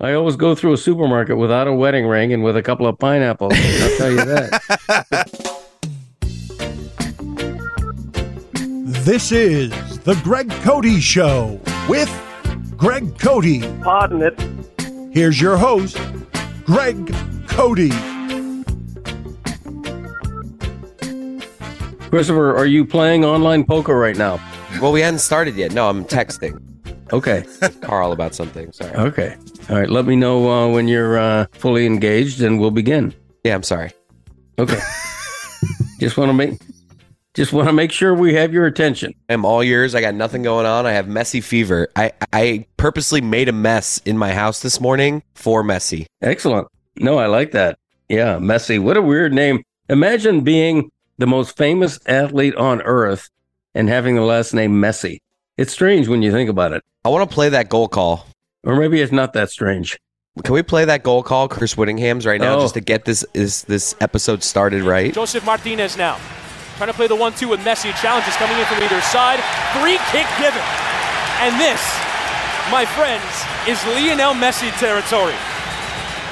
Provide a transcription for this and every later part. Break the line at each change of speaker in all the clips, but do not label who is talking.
I always go through a supermarket without a wedding ring and with a couple of pineapples. I'll tell you that.
This is The Greg Cody Show with Greg Cody.
Pardon it.
Here's your host, Greg Cody.
Christopher, are you playing online poker right now?
Well, we hadn't started yet. No, I'm texting
Okay.
Carl about something. Sorry.
Okay. All right. Let me know uh, when you're uh, fully engaged and we'll begin.
Yeah, I'm sorry.
Okay. just want to make just want to make sure we have your attention.
I'm all yours. I got nothing going on. I have messy fever. I I purposely made a mess in my house this morning for messy.
Excellent. No, I like that. Yeah, Messi. What a weird name. Imagine being the most famous athlete on earth and having the last name Messi. It's strange when you think about it.
I want to play that goal call.
Or maybe it's not that strange.
Can we play that goal call, Chris Whittingham's, right now,
Oh.
just to get this is this episode started right?
Joseph Martinez now. Trying to play the 1 2 with Messi. Challenges coming in from either side. Free kick given. And this, my friends, is Lionel Messi territory.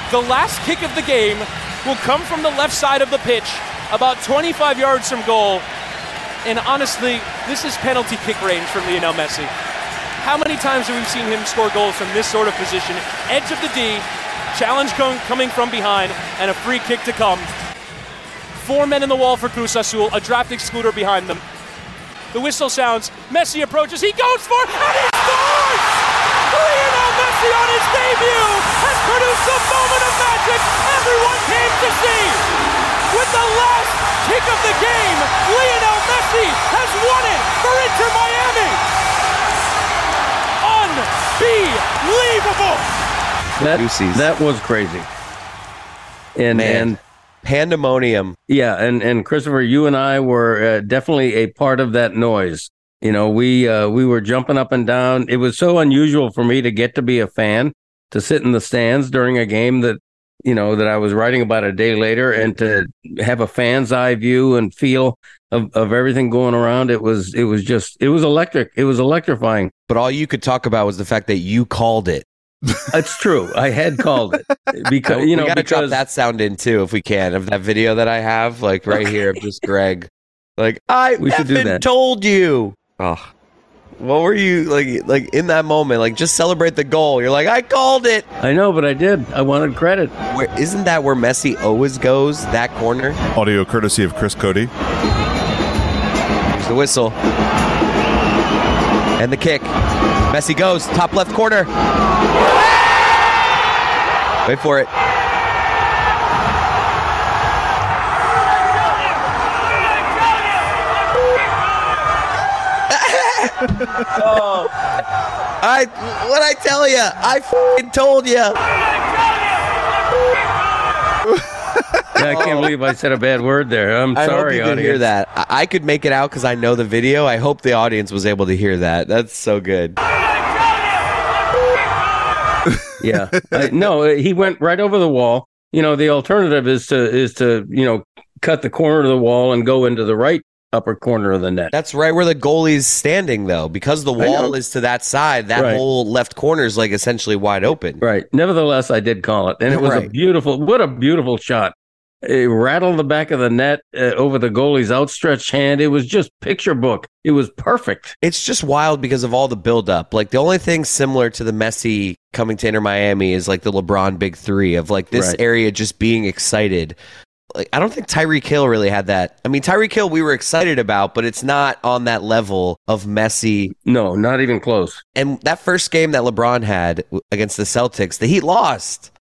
The last kick of the game will come from the left side of the pitch, about 25 yards from goal. And honestly, this is penalty kick range from Lionel Messi. How many times have we seen him score goals from this sort of position? Edge of the D, challenge com- coming from behind, and a free kick to come. Four men in the wall for Cruz Azul, a draft excluder behind them. The whistle sounds, Messi approaches, he goes for it, and he scores! Lionel Messi on his debut has produced a moment of magic everyone came to see! With the last kick of the game, Lionel Messi has won it for Inter Miami! Unbelievable!
That,
Goosies.
that was crazy. And
Man.
and
Pandemonium.
Yeah, and and Christopher, you and I were uh, definitely a part of that noise. You know, we uh, we were jumping up and down. It was so unusual for me to get to be a fan, to sit in the stands during a game that you know that I was writing about a day later, and to have a fan's eye view and feel of, of everything going around. It was it was just it was electric. It was electrifying.
But all you could talk about was the fact that you called it.
It's true. I had called it because you know
we gotta drop
because
that sound in too if we can of that video that I have, like right here of just Greg. Like I
We should do
effing
that.
told you. Oh. What were you like like in that moment? Like just celebrate the goal. You're like, I called it.
I know, but I did. I wanted credit.
Where isn't that where Messi always goes? That corner?
Audio courtesy of Chris Cody.
There's the whistle. And the kick. Messi goes, top left corner. Wait for it. I what I tell you, I fing told you.
Yeah, I can't believe I said a bad word there. I'm
I
sorry,
hope you could
audience.
hear that. I- I could make it out because I know the video. I hope the audience was able to hear that. That's so good.
yeah I, no uh, he went right over the wall you know the alternative is to is to you know cut the corner of the wall and go into the right upper corner of the net
That's right where the goalie's standing, though, because the
I know.
wall is to that side. That
Right.
whole left corner is like essentially wide open.
right nevertheless i did call it and it was a
Right.
beautiful what a beautiful shot it rattled the back of the net uh, over the goalie's outstretched hand it was just picture book it was perfect
It's just wild because of all the buildup. Like the only thing similar to the Messi coming to Inter Miami is like the LeBron Big Three of like this
Right.
area just being excited. Like I don't think Tyreek Hill really had that. I mean, Tyreek Hill we were excited about, but it's not on that level of Messi
no not even close
And that first game that LeBron had w- against the Celtics, the Heat lost.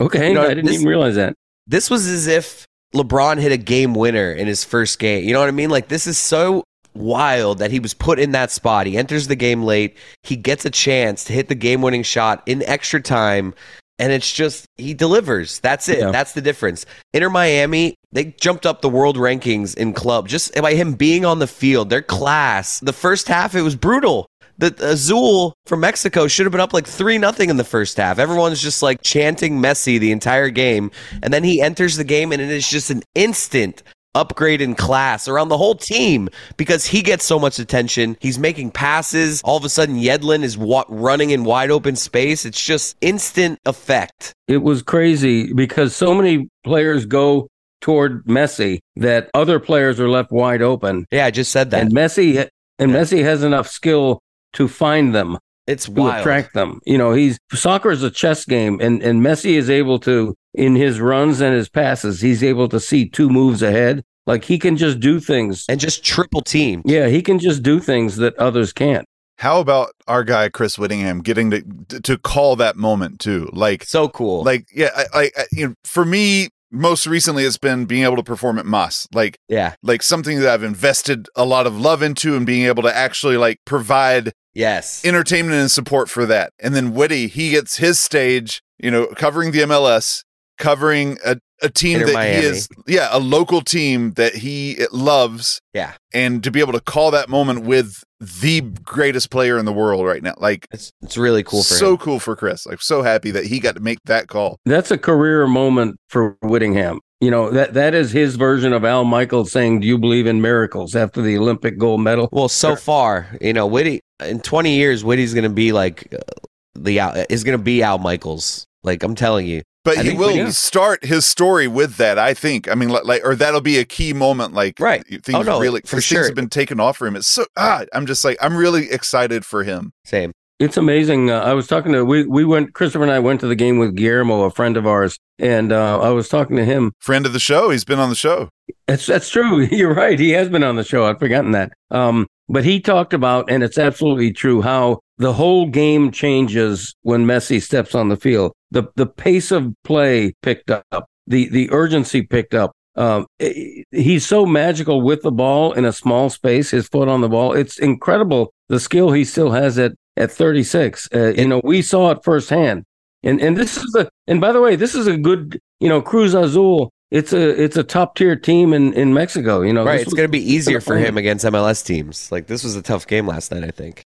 okay
You know,
i didn't
this-
even realize that
This was as if LeBron hit a game winner in his first game. You know what I mean? Like, this is so wild that he was put in that spot. He enters the game late. He gets a chance to hit the game winning shot in extra time. And it's just, he delivers. That's it.
Yeah.
That's the difference. Inter Miami, they jumped up the world rankings in club just by him being on the field. Their class, the first half, it was brutal. The Azul from Mexico should have been up like 3 nothing in the first half. Everyone's just like chanting Messi the entire game. And then he enters the game and it is just an instant upgrade in class around the whole team because he gets so much attention. He's making passes. All of a sudden, Yedlin is wa- running in wide open space. It's just instant effect.
It was crazy because so many players go toward Messi that other players are left wide open.
Yeah, I just said that.
And Messi and Messi has enough skill to find them,
it's
to
wild.
attract them. You know, he's soccer is a chess game and and Messi is able to in his runs and his passes, he's able to see two moves ahead. Like he can just do things.
and just triple team.
Yeah, he can just do things that others can't.
How about our guy Chris Whittingham getting to to call that moment too? Like
So cool.
like yeah, I, I, I you know, for me most recently it's been being able to perform at Moss. Like
yeah.
like something that I've invested a lot of love into and being able to actually like provide
Yes.
entertainment and support for that. And then Whitty, he gets his stage, you know, covering the MLS, covering a, a team
Inter
that
Miami.
he is, yeah, a local team that he loves.
Yeah.
And to be able to call that moment with the greatest player in the world right now, like,
it's, it's really cool for
so
him.
cool for Chris. Like, so happy that he got to make that call.
That's a career moment for Whittingham. You know, that that is his version of Al Michaels saying, Do you believe in miracles after the Olympic gold medal?
Well, so far, you know, Whitty in 20 years, Whitty's going to be like uh, the Al, is going to be Al Michaels. Like I'm telling you,
But
I
he
think
will
Whitty-
start his story with that, I think. I mean, li- like, or that'll be a key moment. Like,
Right.
Things oh,
Oh, no,
really,
for
things
sure.
have been taken off for him. It's so, ah, I'm just like, I'm really excited for him.
same.
It's amazing. Uh, I was talking to we we went Christopher and I went to the game with Guillermo, a friend of ours, and uh, I was talking to him.
friend of the show. He's been on the show.
That's that's true. You're right. He has been on the show. I'd forgotten that. Um, but he talked about, and it's absolutely true, how the whole game changes when Messi steps on the field. The the pace of play picked up. The the urgency picked up. Um, eh, he's so magical with the ball in a small space. His foot on the ball. It's incredible the skill he still has at at 36. Uh, you know, we saw it firsthand. And and this is a and by the way, this is a good you know Cruz Azul. It's a it's a top tier team in in Mexico. You know,
right.
This
It's
was-
going to be easier for
fun.
him against MLS teams. Like this was a tough game last night, I think.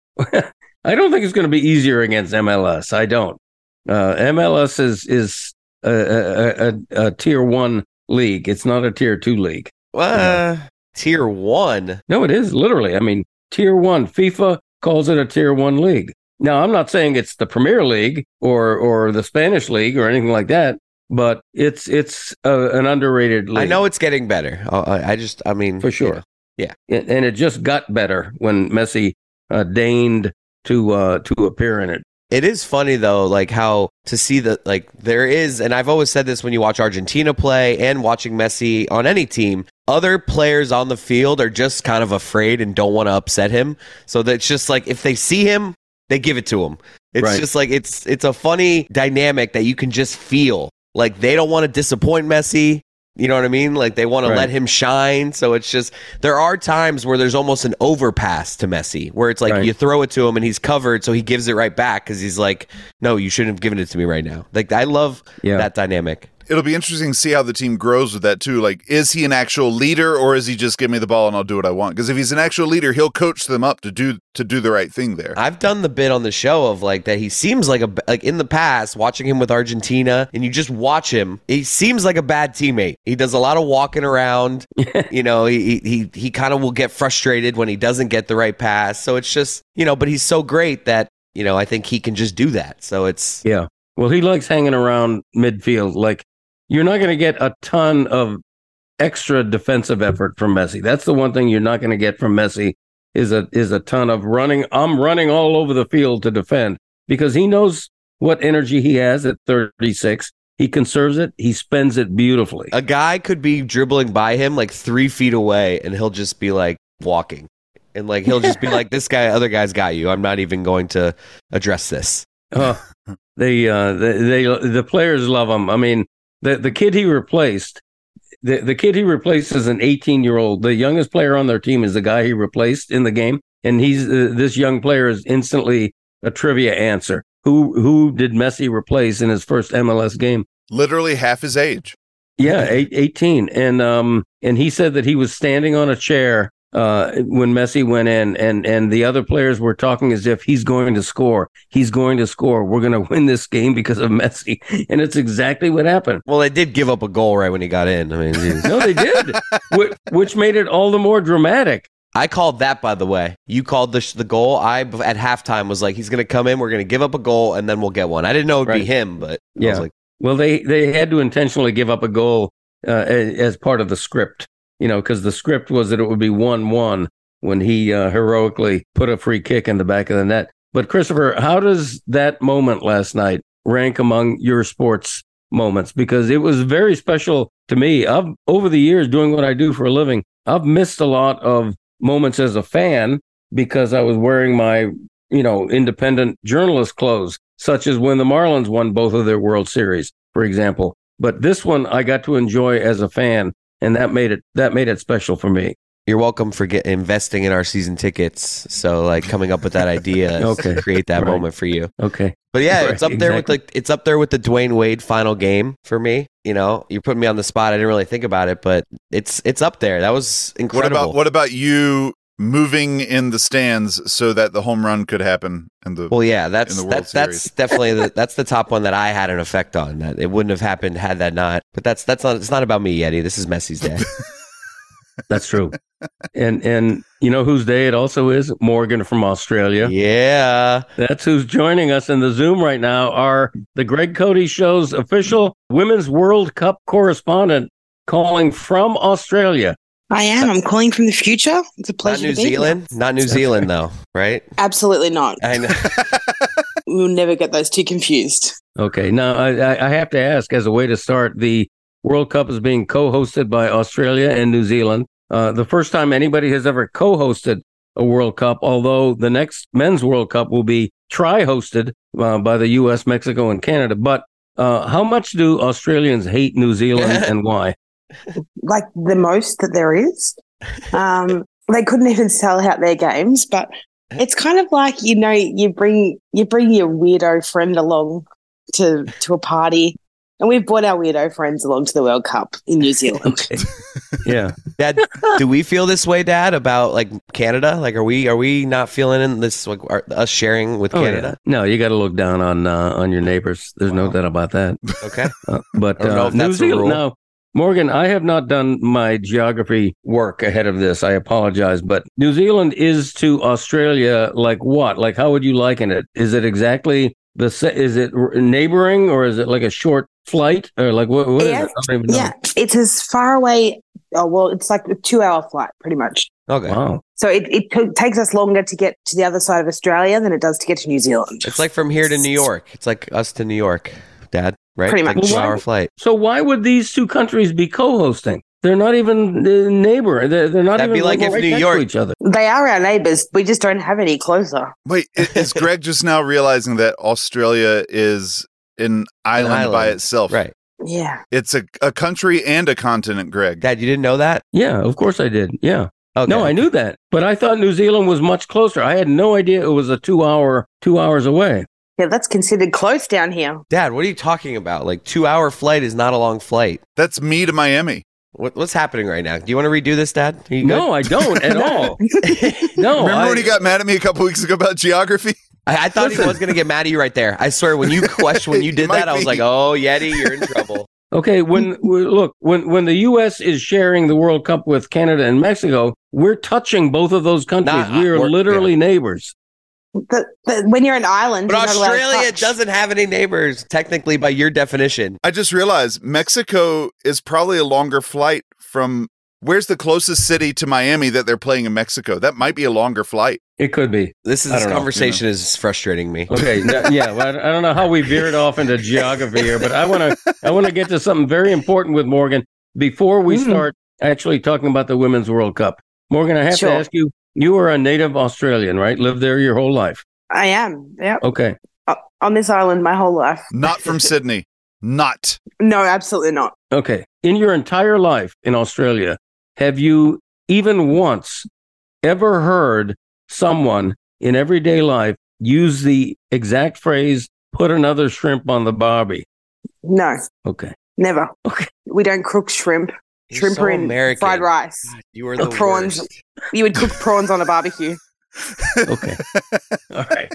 I don't think it's going to be easier against MLS. I don't. Uh, MLS is is a, a, a, a- a tier one league. It's not a tier two league.
Uh, tier one.
No, it is literally. I mean, tier one. FIFA calls it a tier one league. Now, I'm not saying it's the Premier League or or the Spanish league or anything like that, but it's it's a, an underrated league.
I know it's getting better. Uh, I I just, I mean,
for
you
sure.
know, Yeah.
and, and it just got better when Messi uh, deigned to uh, to appear in it.
It is funny though, like how to see that like there is, and I've always said this when you watch Argentina play and watching Messi on any team, other players on the field are just kind of afraid and don't want to upset him. So that's just like if they see him, they give it to him. It's
Right.
just like it's it's a funny dynamic that you can just feel. Like they don't want to disappoint Messi. You know what I mean? Like they want to
Right.
let him shine. So it's just there are times where there's almost an overpass to Messi, where it's like
Right.
you throw it to him and he's covered, so he gives it right back because he's like, "No, you shouldn't have given it to me right now." Like I love
Yeah.
that dynamic.
It'll be interesting to see how the team grows with that too. Like, is he an actual leader, or is he just give me the ball and I'll do what I want? Because if he's an actual leader, he'll coach them up to do to do the right thing there.
I've done the bit on the show of like that he seems like a like in the past watching him with Argentina and you just watch him he seems like a bad teammate. He does a lot of walking around. you know, he he- he he kind of will get frustrated when he doesn't get the right pass. So it's just, you know, but he's so great that, you know, I think he can just do that. So it's
Yeah. Well, he likes hanging around midfield. Like you're not going to get a ton of extra defensive effort from Messi. That's the one thing you're not going to get from Messi is a is a ton of running. I'm running all over the field to defend because he knows what energy he has at 36. He conserves it. He spends it beautifully.
a guy could be dribbling by him like 3 feet away and he'll just be like walking. And like he'll just be like this guy other guy's got you. I'm not even going to address this.
Uh, they, uh, they, they, the players love him. I mean, the, the kid he replaced, the, the kid he replaced is an 18 year old. The youngest player on their team is the guy he replaced in the game. And he's, uh, this young player is instantly a trivia answer. Who, who did Messi replace in his first MLS game?
Literally half his age.
Yeah, eight, 18. And, um, and he said that he was standing on a chair uh, when Messi went in, and and the other players were talking as if he's going to score, he's going to score, we're going to win this game because of Messi, and it's exactly what happened.
Well, they did give up a goal right when he got in. I mean, geez.
No, they did, which, which made it all the more dramatic.
I called that by the way. You called the sh- the goal. I b- at halftime was like, he's going to come in. We're going to give up a goal, and then we'll get one. I didn't know it'd be
Right.
him, but I
Yeah.
was like,
Well, they they had to intentionally give up a goal uh, a- as part of the script, you know, because the script was that it would be one-one when he uh, heroically put a free kick in the back of the net. But Christopher, how does that moment last night rank among your sports moments? Because it was very special to me. I've over the years doing what I do for a living, I've missed a lot of moments as a fan because I was wearing my you know, independent journalist clothes, such as when the Marlins won both of their World Series, for example. But this one I got to enjoy as a fan, and that made it that made it special for me.
you're welcome for get- investing in our season tickets. So like coming up with that idea, is to
Okay.
create that
Right.
moment for you.
Okay.
But yeah,
Right,
it's up there with
exactly.
like it's up there with the Dwayne Wade final game for me. You know, you put me on the spot. I didn't really think about it, but it's it's up there. That was
What
incredible.
about what about you moving in the stands so that the home run could happen and the
Well, yeah, that's
the World
that's that's
Series.
definitely the, that's the top one that I had an effect on. That it wouldn't have happened had that not. But that's that's not it's not about me, Yeti. This is Messi's day.
That's true. and and you know whose day it also is? Morgan from Australia.
yeah.
That's who's joining us in the Zoom right now are the Greg Cody Show's official Women's World Cup correspondent calling from Australia.
I am. I'm calling from the future. It's a
Not
pleasure.
New
to be here.
Zealand. Not New Zealand though, right?
Absolutely not.
I know.
We'll never get those two confused.
Okay. Now, I, I- I have to ask as a way to start, the World Cup is being co hosted by Australia and New Zealand. Uh, the first time anybody has ever co hosted a World Cup, although the next men's World Cup will be tri hosted uh, by the US, Mexico, and Canada. But uh, how much do Australians hate New Zealand and why?
Like the most that there is. Um, they couldn't even sell out their games, but it's kind of like you know you bring you bring your weirdo friend along to to a party, and we've brought our weirdo friends along to the World Cup in New Zealand.
Okay. yeah.
Dad, do we feel this way, Dad? About like Canada? Like, are we are we not feeling in this? Like, are, us sharing with
Oh, yeah.
Canada?
No, you got to look down on uh, on your neighbors. There's no
Wow.
doubt about that.
Okay.
Uh, but
I don't know
uh,
if
New
that's a rule.
Zealand. Now, Morgan, I have not done my geography work ahead of this. I apologize, but New Zealand is to Australia like what? Like how would you liken it? Is it exactly the sa- is it r- neighboring or is it like a short flight or like what, what is
Yeah.
it? I don't even know.
yeah, it's as far away. Oh well, it's like a two-hour flight, pretty much.
Okay.
Wow.
So it, it t- takes us longer to get to the other side of Australia than it does to get to New Zealand.
It's like from here to New York. It's like us to New York, Dad. Right?
Pretty
Like
much.
two hour flight.
So why would these two countries be co-hosting? They're not even uh, neighbor. They're, they're not
That'd be
even
like if
right
New
next to
York-
each other.
They are our neighbours. We just don't have any closer.
Wait, i- is Greg just now realizing that Australia is an island, by
island.
itself?
Right,
Yeah.
It's a, a country and a continent, Greg.
Dad. You didn't know that?
Yeah, of course I did. Yeah.
Okay.
No, I knew that, but I thought New Zealand was much closer. I had no idea it was a two-hour, two hours away.
Yeah, that's considered close down here.
Dad, what are you talking about? Like two hour flight is not a long flight.
That's me to Miami.
What, what's happening right now? Do you want to redo this, Dad? Are you
No, I don't at all.
good?
No,
Remember
I,
when he got mad at me a couple weeks ago about geography?
I, I thought he
Listen.
was gonna get mad at you right there. I swear, when you question, when you
He
did
might
that, I was
be.
like, "Oh, Yeti, you're in trouble."
okay. When we, look, when when the U.S. is sharing the World Cup with Canada and Mexico, we're touching both of those countries.
Nah,
we are
we're-
literally neighbors.
But, but when you're an island,
But
you're not allowed to
Australia
touch.
doesn't have any neighbors, technically, by your definition.
I just realized Mexico is probably a longer flight from where's the closest city to Miami that they're playing in Mexico? That might be a longer flight.
It could be.
This is
I
this
don't know, you
conversation is frustrating me.
Okay. no- yeah. Well, I don't- I don't know how we veered off into geography here, but I want to I want to get to something very important with Morgan before we
Mm.
start actually talking about the Women's World Cup. Morgan, I have
Sure.
to ask you. You are a native Australian, right? Lived there your whole life.
I am. Yeah.
Okay.
On this island my whole life.
Not from Sydney. Not.
No, absolutely not.
Okay. In your entire life in Australia, have you even once ever heard someone in everyday life use the exact phrase, put another shrimp on the barbie?
No,
Okay.
never.
Okay.
We don't cook shrimp.
You're
shrimp
so
and
American.
fried rice.
God, You are Ah, the
Prawns.
worst.
You would cook prawns on a barbecue.
Okay. All right.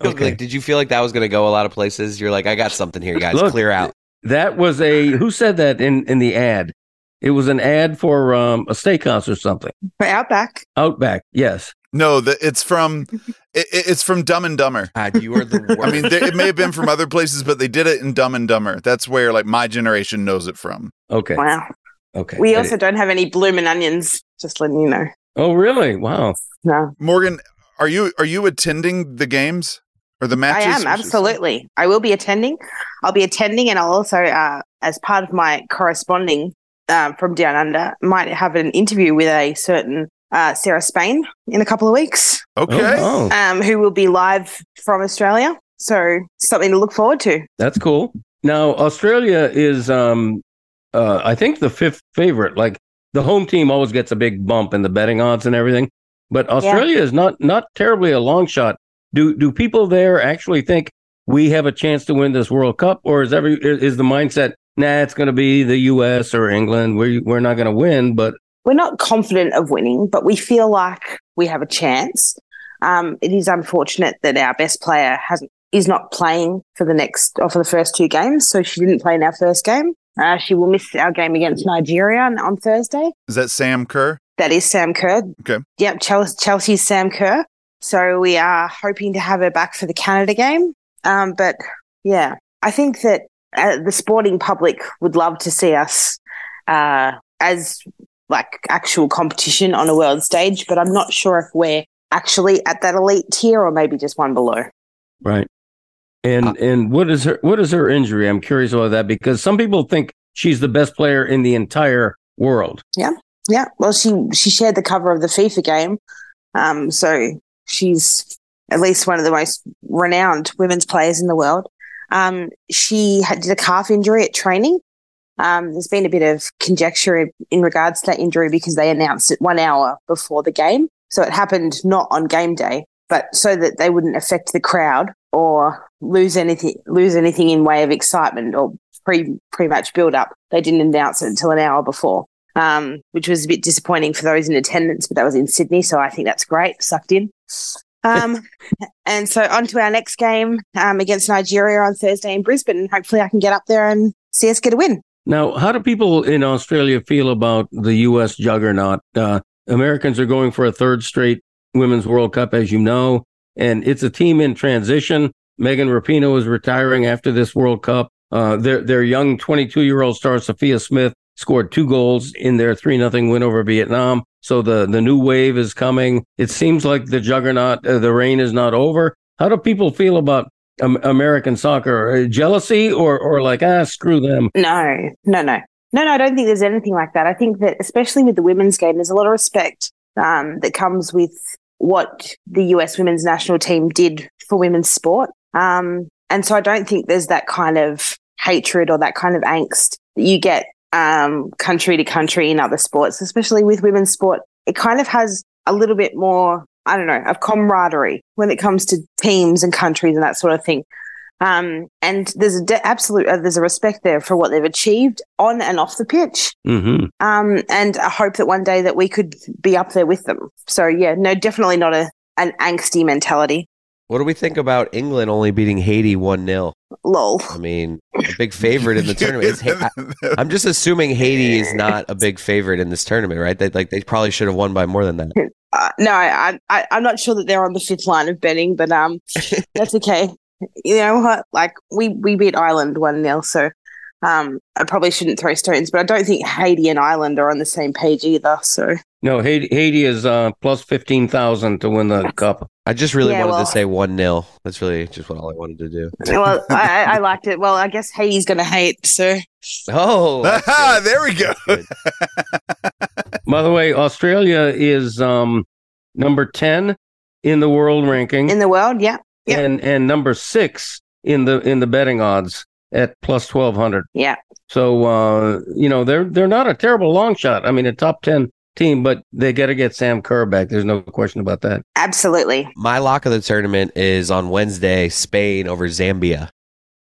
Like, did you feel like that was going to go a lot of places? You're like, I got something here, guys.
Look,
Clear out.
That was a who said that in in the ad? It was an ad for um, a steakhouse or something.
But Outback,
Outback. Yes.
No, the, it's from it, it- it's from Dumb and Dumber.
God, you are the worst.
I mean, there, it may have been from other places, but they did it in Dumb and Dumber. That's where like my generation knows it from.
Okay.
wow.
Okay.
We
I
also
did-
don't have any bloomin' onions. Just letting you know.
Oh really? Wow.
No,
Morgan, are you are you attending the games or the
I
matches?
am absolutely. I will be attending. I'll be attending, and I'll also, uh, as part of my corresponding uh, from Down Under, might have an interview with a certain uh, Sarah Spain in a couple of weeks,
Okay.
Oh, oh,
um, who will be live from Australia. So something to look forward to.
that's cool. Now Australia is um uh I think the fifth favorite. Like the home team always gets a big bump in the betting odds and everything. But Australia is not not terribly a long shot. Do do people there actually think we have a chance to win this World Cup, or is every is is the mindset? Nah, it's going to be the U.S. or England. We we're not going to win, but
we're not confident of winning, but we feel like we have a chance. Um, it is unfortunate that our best player hasn't is not playing for the next or for the first two games, so she didn't play in our first game. Uh, she will miss our game against Nigeria on, on Thursday.
Is that Sam Kerr?
That is Sam Kerr.
Okay.
Yep, Chelsea, Chelsea's Sam Kerr. So we are hoping to have her back for the Canada game. Um, but yeah, I think that uh, the sporting public would love to see us uh, as like actual competition on a world stage. But I'm not sure if we're actually at that elite tier or maybe just one below.
Right. And
Uh,
and what is her what is her injury? I'm curious about that because some people think she's the best player in the entire world.
Yeah. Well, she she shared the cover of the FIFA game, um, so she's at least one of the most renowned women's players in the world. Um, she had, did a calf injury at training. Um, there's been a bit of conjecture in regards to that injury because they announced it one hour before the game, so it happened not on game day, but so that they wouldn't affect the crowd or lose anything lose anything in way of excitement or pre pre match build up. They didn't announce it until an hour before um, which was a bit disappointing for those in attendance, but that was in Sydney. So I think that's great, sucked in. Um, and so on to our next game um, against Nigeria on Thursday in Brisbane. And hopefully I can get up there and see us get a win.
Now, how do people in Australia feel about the U.S. juggernaut? Uh, Americans are going for a third straight Women's World Cup, as you know, and it's a team in transition. Megan Rapinoe is retiring after this World Cup. Uh, their their young 22 year old star Sophia Smith scored two goals in their three nothing win over Vietnam. So the the new wave is coming. It seems like the juggernaut, uh, the reign is not over. How do people feel about um, American soccer? Uh, Jealousy or or like ah screw them?
No, no, no. No, no, I don't think there's anything like that. I think that, especially with the women's game, there's a lot of respect um, that comes with what the US women's national team did for women's sport. Um, and so I don't think there's that kind of hatred or that kind of angst that you get um, country to country in other sports, especially with women's sport. It kind of has a little bit more, I don't know, of camaraderie when it comes to teams and countries and that sort of thing um, and there's a de- absolute uh, there's a respect there for what they've achieved on and off the pitch,
hmm
um, and I hope that one day that we could be up there with them. So yeah, no, definitely not a an angsty mentality.
What do we think about England only beating Haiti 1 0?
Lol.
I mean, a big favorite in the tournament. Is Ha- I, am just assuming Haiti is not a big favorite in this tournament, right? They, like, they probably should have won by more than that.
Uh, no, I, I I'm not sure that they're on the fifth line of betting, but um, that's okay. You know what? Like we we beat Ireland one 0 so um, I probably shouldn't throw stones, but I don't think Haiti and Ireland are on the same page either. So
No, Haiti, Haiti is uh, plus 15,000 to win the cup.
I just really
Yeah,
wanted
well-
to say 1 0. That's really just what all I wanted to do.
well, I, I I liked it. Well, I guess Haiti's going to hate, so.
Oh, that's
Ah,
good.
there we go.
That's good.
By the way, Australia is um, number 10 in the world ranking
in the world. Yeah, yeah.
and, and number six in the in the betting odds at plus 1,200.
yeah.
So, uh, you know, they're they're not a terrible long shot. I mean, a top 10 team, but they got to get Sam Kerr back. There's no question about that.
Absolutely.
My lock of the tournament is on Wednesday Spain over Zambia.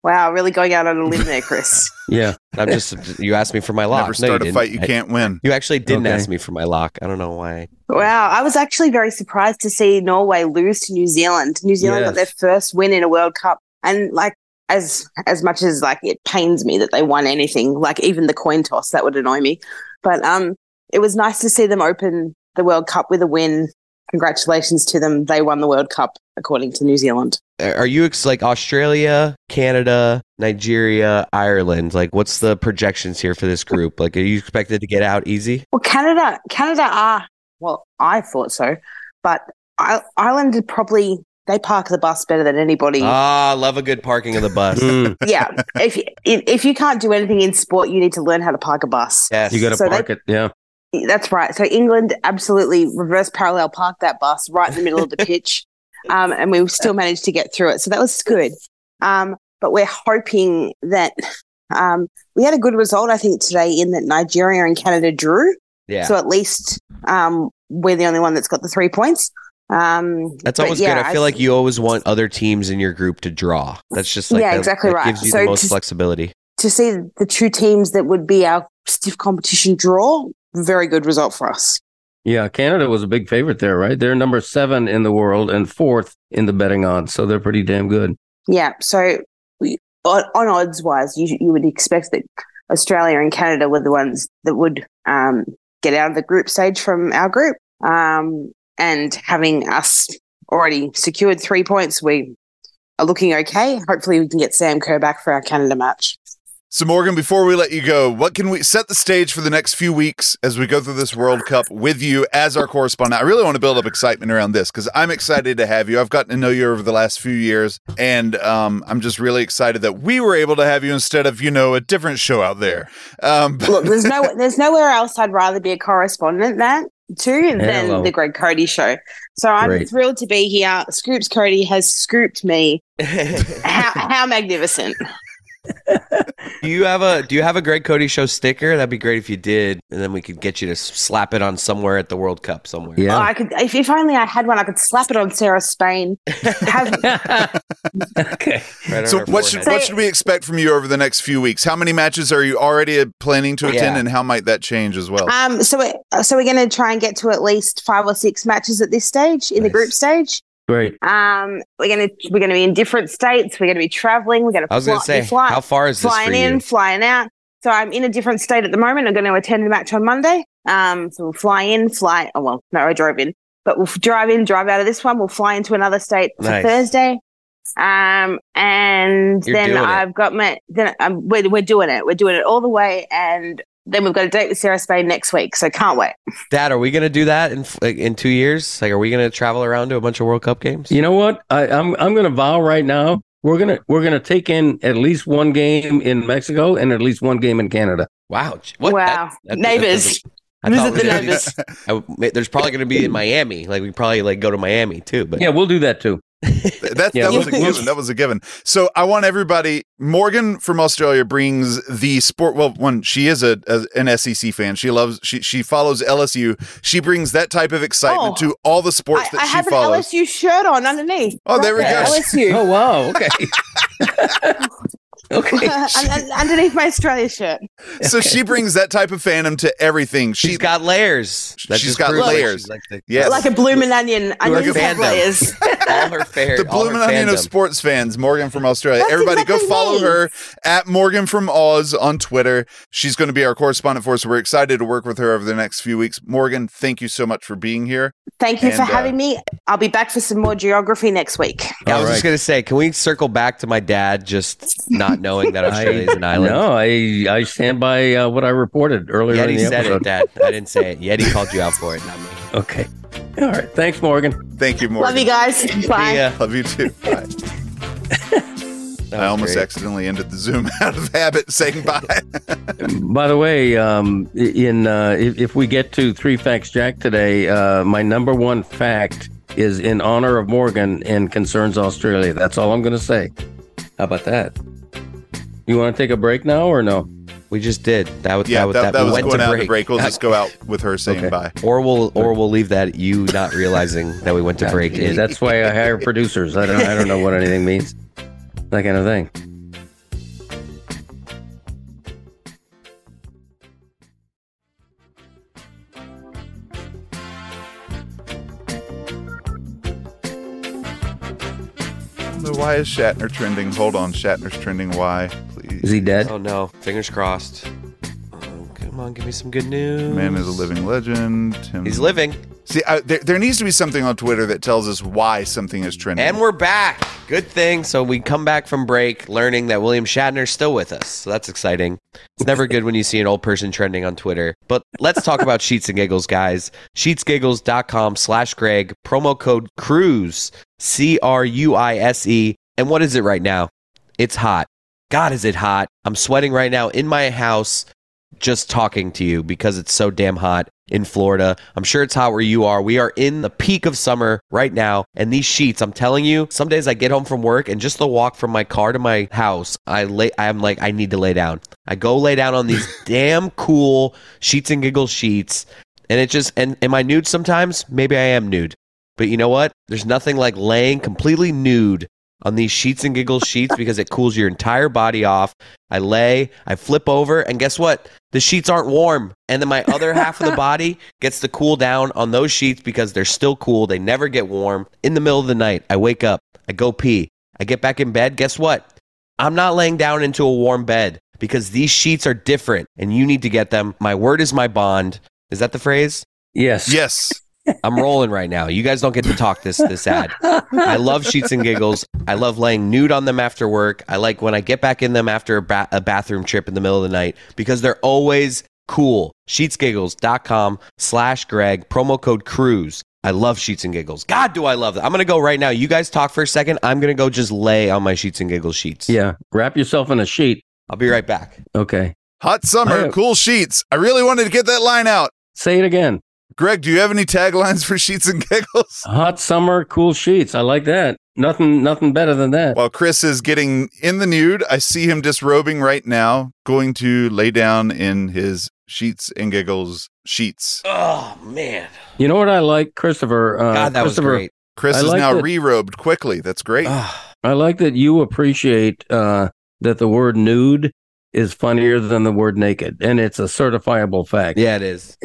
Wow, really going out on a limb there, Chris.
Yeah.
I'm just you asked me for my lock.
Never
no, you
start a
didn't.
fight you
I-
can't win.
You actually didn't
Okay.
ask me for my lock. I don't know why.
wow, I was actually very surprised to see Norway lose to New Zealand. New Zealand got their
Yes.
first win in a World Cup, and like as as much as like it pains me that they won anything, like even the coin toss that would annoy me. But um, it was nice to see them open the World Cup with a win. Congratulations to them; they won the World Cup according to New Zealand.
Are are you ex- like Australia, Canada, Nigeria, Ireland? Like, what's the projections here for this group? Like, are you expected to get out easy?
Well, Canada, Canada are well. I thought so, but I, Ireland probably they park the bus better than anybody.
Ah, love a good parking of the bus.
Mm,
yeah, if, if if you can't do anything in sport, you need to learn how to park a bus.
yes,
you got to
So
park it. Yeah.
That's right. So England absolutely reverse parallel parked that bus right in the middle of the pitch, um, and we still managed to get through it. So that was good. Um, but we're hoping that um, we had a good result, I think, today in that Nigeria and Canada drew.
yeah.
So at least um, we're the only one that's got the three points. Um,
That's
but
always
yeah,
good. I feel like you always want other teams in your group to draw. That's just like
Yeah,
that-
exactly
that
right.
Gives you
So
the most
just-
flexibility.
to see the two teams that would be our stiff competition draw. Very good result for us.
Yeah. Canada was a big favorite there, right? They're number seven in the world and fourth in the betting odds. So they're pretty damn good.
Yeah. So we, on, on odds wise, you you would expect that Australia and Canada were the ones that would um, get out of the group stage from our group, um, and having us already secured three points, we are looking okay. Hopefully, we can get Sam Kerr back for our Canada match.
So Morgan, before we let you go, what can we set the stage for the next few weeks as we go through this World Cup with you as our correspondent? I really want to build up excitement around this because I'm excited to have you. I've gotten to know you over the last few years, and um, I'm just really excited that we were able to have you instead of you know a different show out there. Um, but-
Look, there's no there's nowhere else I'd rather be a correspondent that too
Hello.
than the Greg Cody show. So I'm
Great.
thrilled to be here. Scoops Cody has scooped me. How, how magnificent!
do you have a Do you have a Greg Cody show sticker? That'd be great if you did, and then we could get you to s- slap it on somewhere at the World Cup somewhere.
Oh,
Yeah.
I could if, if only I had one, I could slap it on Sarah Spain. Have-
okay.
Right on
so
our
what should
forehead.
what should we expect from you over the next few weeks? How many matches are you already planning to attend,
Oh, Yeah.
and how might that change as well?
um, so we so we're going to try and get to at least five or six matches at this stage in the
Nice.
group stage.
Great.
Um, we're gonna we're gonna be in different states. We're gonna be traveling. We're gonna
I was gonna
fly-
say,
be fly-
how far is this for
flying in,
you?
flying out. So I'm in a different state at the moment. I'm going to attend the match on Monday. Um, so we'll fly in, fly. Oh well, no, I drove in, but we'll f- drive in, drive out of this one. We'll fly into another state for
Nice.
Thursday. Um, and
You're
then
doing it.
I've got my then I'm, we're we're doing it. We're doing it all the way, and then we've got a date with Sarah Spain next week. So can't wait.
Dad, are we gonna do that in f- like, in two years? Like, are we gonna travel around to a bunch of World Cup games?
You know what? I, I'm I'm going to vow right now. We're gonna we're gonna take in at least one game in Mexico and at least one game in Canada.
Wow, j- what?
wow,
that- that
neighbors,
doesn't- I thought
visit
we
the
were gonna
neighbors.
be- I w- ma- there's probably gonna be in Miami. Like, we probably like go to Miami too. But
Yeah, we'll do that too.
That,
Yeah,
that was a
we'll- we'll-
given. That was a given. So I want everybody. Morgan from Australia brings the sport. Well, one, she is a, a an SEC fan. She loves. She she follows LSU. She brings that type of excitement
Oh.
to all the sports
I,
that
I
she
have an
follows.
LSU shirt on underneath.
Oh, there we go.
LSU.
Oh wow. Okay. okay.
Un- un- underneath my Australia shirt.
So she brings that type of fandom to everything. She
she's got layers. That
She's
just
got
proves, like,
layers.
she's, like, the-
Yes.
Like a blooming onion. Onions
a
have
fandom.
layers.
all her fair.
the
all her
blooming onion of
fandom.
sports fans, Morgan from Australia.
That's
Everybody, go
exactly
follow
me.
her at Morgan from Oz on Twitter. She's going to be our correspondent for us. We're excited to work with her over the next few weeks. Morgan, thank you so much for being here.
Thank you for
And, uh,
having me. I'll be back for some more geography next week.
Yeah, I was
All
just
right.
gonna say, can we circle back to my dad just not knowing that Australia is an island?
No, I I stand by uh, what I reported earlier in
Yeti
the
said it,
episode.
Dad. I didn't say it. Yeti called you out for it, not me.
Okay. All right. Thanks, Morgan.
Thank you, Morgan.
Love you guys. Bye.
Yeah.
Love you too. Bye.
That
I
was
almost
great.
accidentally ended the Zoom out of habit saying bye.
By the way, um, i- in uh, if, if we get to three facts, Jack, today, uh, my number one fact is in honor of Morgan and concerns Australia. That's all I'm going to say. How about that? You want to take a break now or no?
We just did. That was
yeah,
that,
that, that,
we
was
went
going
to
out
break.
to break. We'll just go out with her saying
Okay.
bye.
or we'll or we'll leave that at you not realizing that we went to break.
Yeah,
in.
That's why I hire producers. I don't I don't know what anything means. That kind of thing.
Also, why is Shatner trending? Hold on, Shatner's trending. Why?
Is
Please.
he dead?
Oh no, fingers crossed. Oh, come on, give me some good news.
Man is a living legend. Tim-
He's living,
See, I, there, there needs to be something on Twitter that tells us why something is trending.
and we're back. Good thing. So we come back from break, learning that William Shatner's still with us. So that's exciting. It's never good when you see an old person trending on Twitter. But let's talk about Sheets and Giggles, guys. Sheetsgiggles.com slash Greg. Promo code Cruise. C R U I S E. And what is it right now? It's hot. God, is it hot? I'm sweating right now in my house just talking to you because it's so damn hot in Florida. I'm sure it's hot where you are. We are in the peak of summer right now. And these sheets, I'm telling you, some days I get home from work and just the walk from my car to my house, I lay I'm like, I need to lay down. I go lay down on these damn cool sheets and giggle sheets. And it just and am I nude sometimes? Maybe I am nude. But you know what? There's nothing like laying completely nude on these sheets and giggle sheets because it cools your entire body off. I lay, I flip over, and guess what? The sheets aren't warm. And then my other half of the body gets to cool down on those sheets because they're still cool. They never get warm. In the middle of the night, I wake up, I go pee, I get back in bed. Guess what? I'm not laying down into a warm bed because these sheets are different and you need to get them. My word is my bond. Is that the phrase?
Yes.
yes.
I'm rolling right now. You guys don't get to talk this this ad. I love sheets and giggles. I love laying nude on them after work. I like when I get back in them after a, ba- a bathroom trip in the middle of the night because they're always cool. Sheetsgiggles.com slash Greg, promo code cruise. I love sheets and giggles. God, do I love them. I'm going to go right now. You guys talk for a second. I'm going to go just lay on my sheets and giggles sheets.
Yeah. Wrap yourself in a sheet.
I'll be right back.
Okay.
Hot summer,
I-
cool sheets. I really wanted to get that line out.
Say it again.
Greg, do you have any taglines for sheets and giggles?
Hot summer, cool sheets. I like that. Nothing, nothing better than that.
While Chris is getting in the nude, I see him disrobing right now, going to lay down in his sheets and giggles sheets.
Oh, man.
You know what I like, Christopher? Uh,
God, that was
Christopher,
great.
Chris
I
is
like
now
that- Oh,
re-robed quickly. That's great.
Ah,
I like that you appreciate uh, that the word nude is funnier than the word naked, and it's a certifiable fact.
yeah, it is.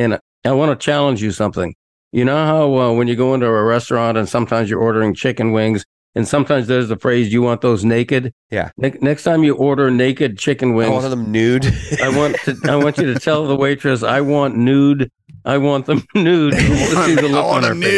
I want to challenge you something. You know how uh, when you go into a restaurant and sometimes you're ordering chicken wings, and sometimes there's the phrase "you want those naked."
Yeah.
Ne- next time you order naked chicken
I
wings,
wanted them nude.
I want to, I want you to tell the waitress I want nude. I want them nude. Let's see the
I
look on
want
her
him
face.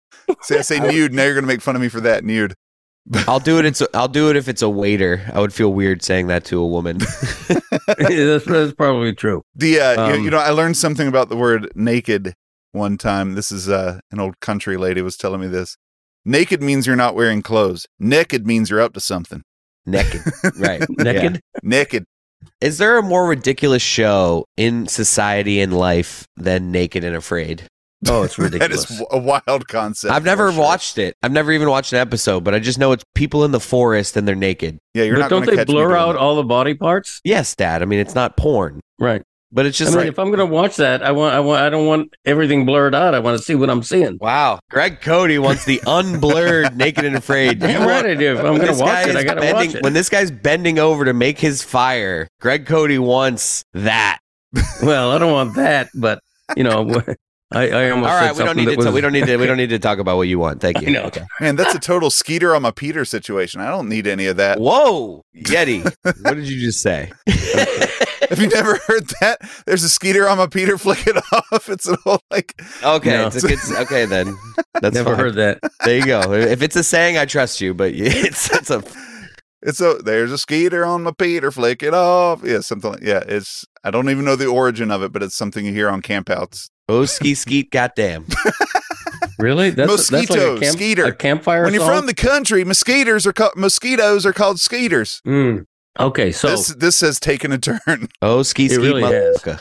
nude. See, I say nude. Now you're gonna make fun of me for that nude.
I'll do it. It's I'll do it if it's a waiter. I would feel weird saying that to a woman.
that's, that's probably true.
The uh, you,
Um,
you know, I learned something about the word naked one time. This is uh, an old country lady was telling me this. Naked means you're not wearing clothes. Naked means you're up to something.
Naked, right?
Naked.
Naked.
Yeah. Is there a more ridiculous show in society and life than Naked and Afraid?
Oh, it's
That
ridiculous.
is w- a wild concept.
I've never
for sure.
watched it. I've never even watched an episode, but I just know it's people in the forest and they're naked.
Yeah, you're
but
not.
don't
gonna
they
catch me
blur
doing
out
that.
all the body parts?
Yes, Dad. I mean, it's not porn,
Right.
but it's
I
just
mean,
like
if I'm going to watch that, I want, I want, I don't want everything blurred out. I want to see what I'm seeing.
wow. Greg Cody wants the unblurred Naked and Afraid.
Damn
You
right I do. If I'm going
This
to watch
guy
it, I
is
got to watch
bending-
it.
When this guy's bending over to make his fire, Greg Cody wants that.
well, I don't want that, but you know, I, I almost.
All
said
right, we don't
something
need to.
that was-
ta- we don't need to. We don't need to talk about what you want. Thank you.
I know.
Okay.
Man, that's a total Skeeter on my Peter situation. I don't need any of
Uh,
that.
Whoa, Yeti! what did you just say?
Have you never heard that? There's a Skeeter on my Peter. Flick it off. It's an old like.
Okay,
No.
it's, it's okay then. That's
Never
fine.
heard that.
There you go. If it's a saying, I trust you. But it's it's a
It's a there's a Skeeter on my Peter. Flick it off. Yeah, something. Like, yeah, it's. I don't even know the origin of it, but it's something you hear on campouts.
oh ski skeet. Goddamn.
Really? That's that's like
Mosquito,
a, camp,
skeeter.
a campfire.
When you're
song?
from the country, mosquitoes are called mosquitoes are called Skeeters.
Mm. Okay, so
this this has taken a turn.
Oh ski
It
skeet.
really
motherfucker.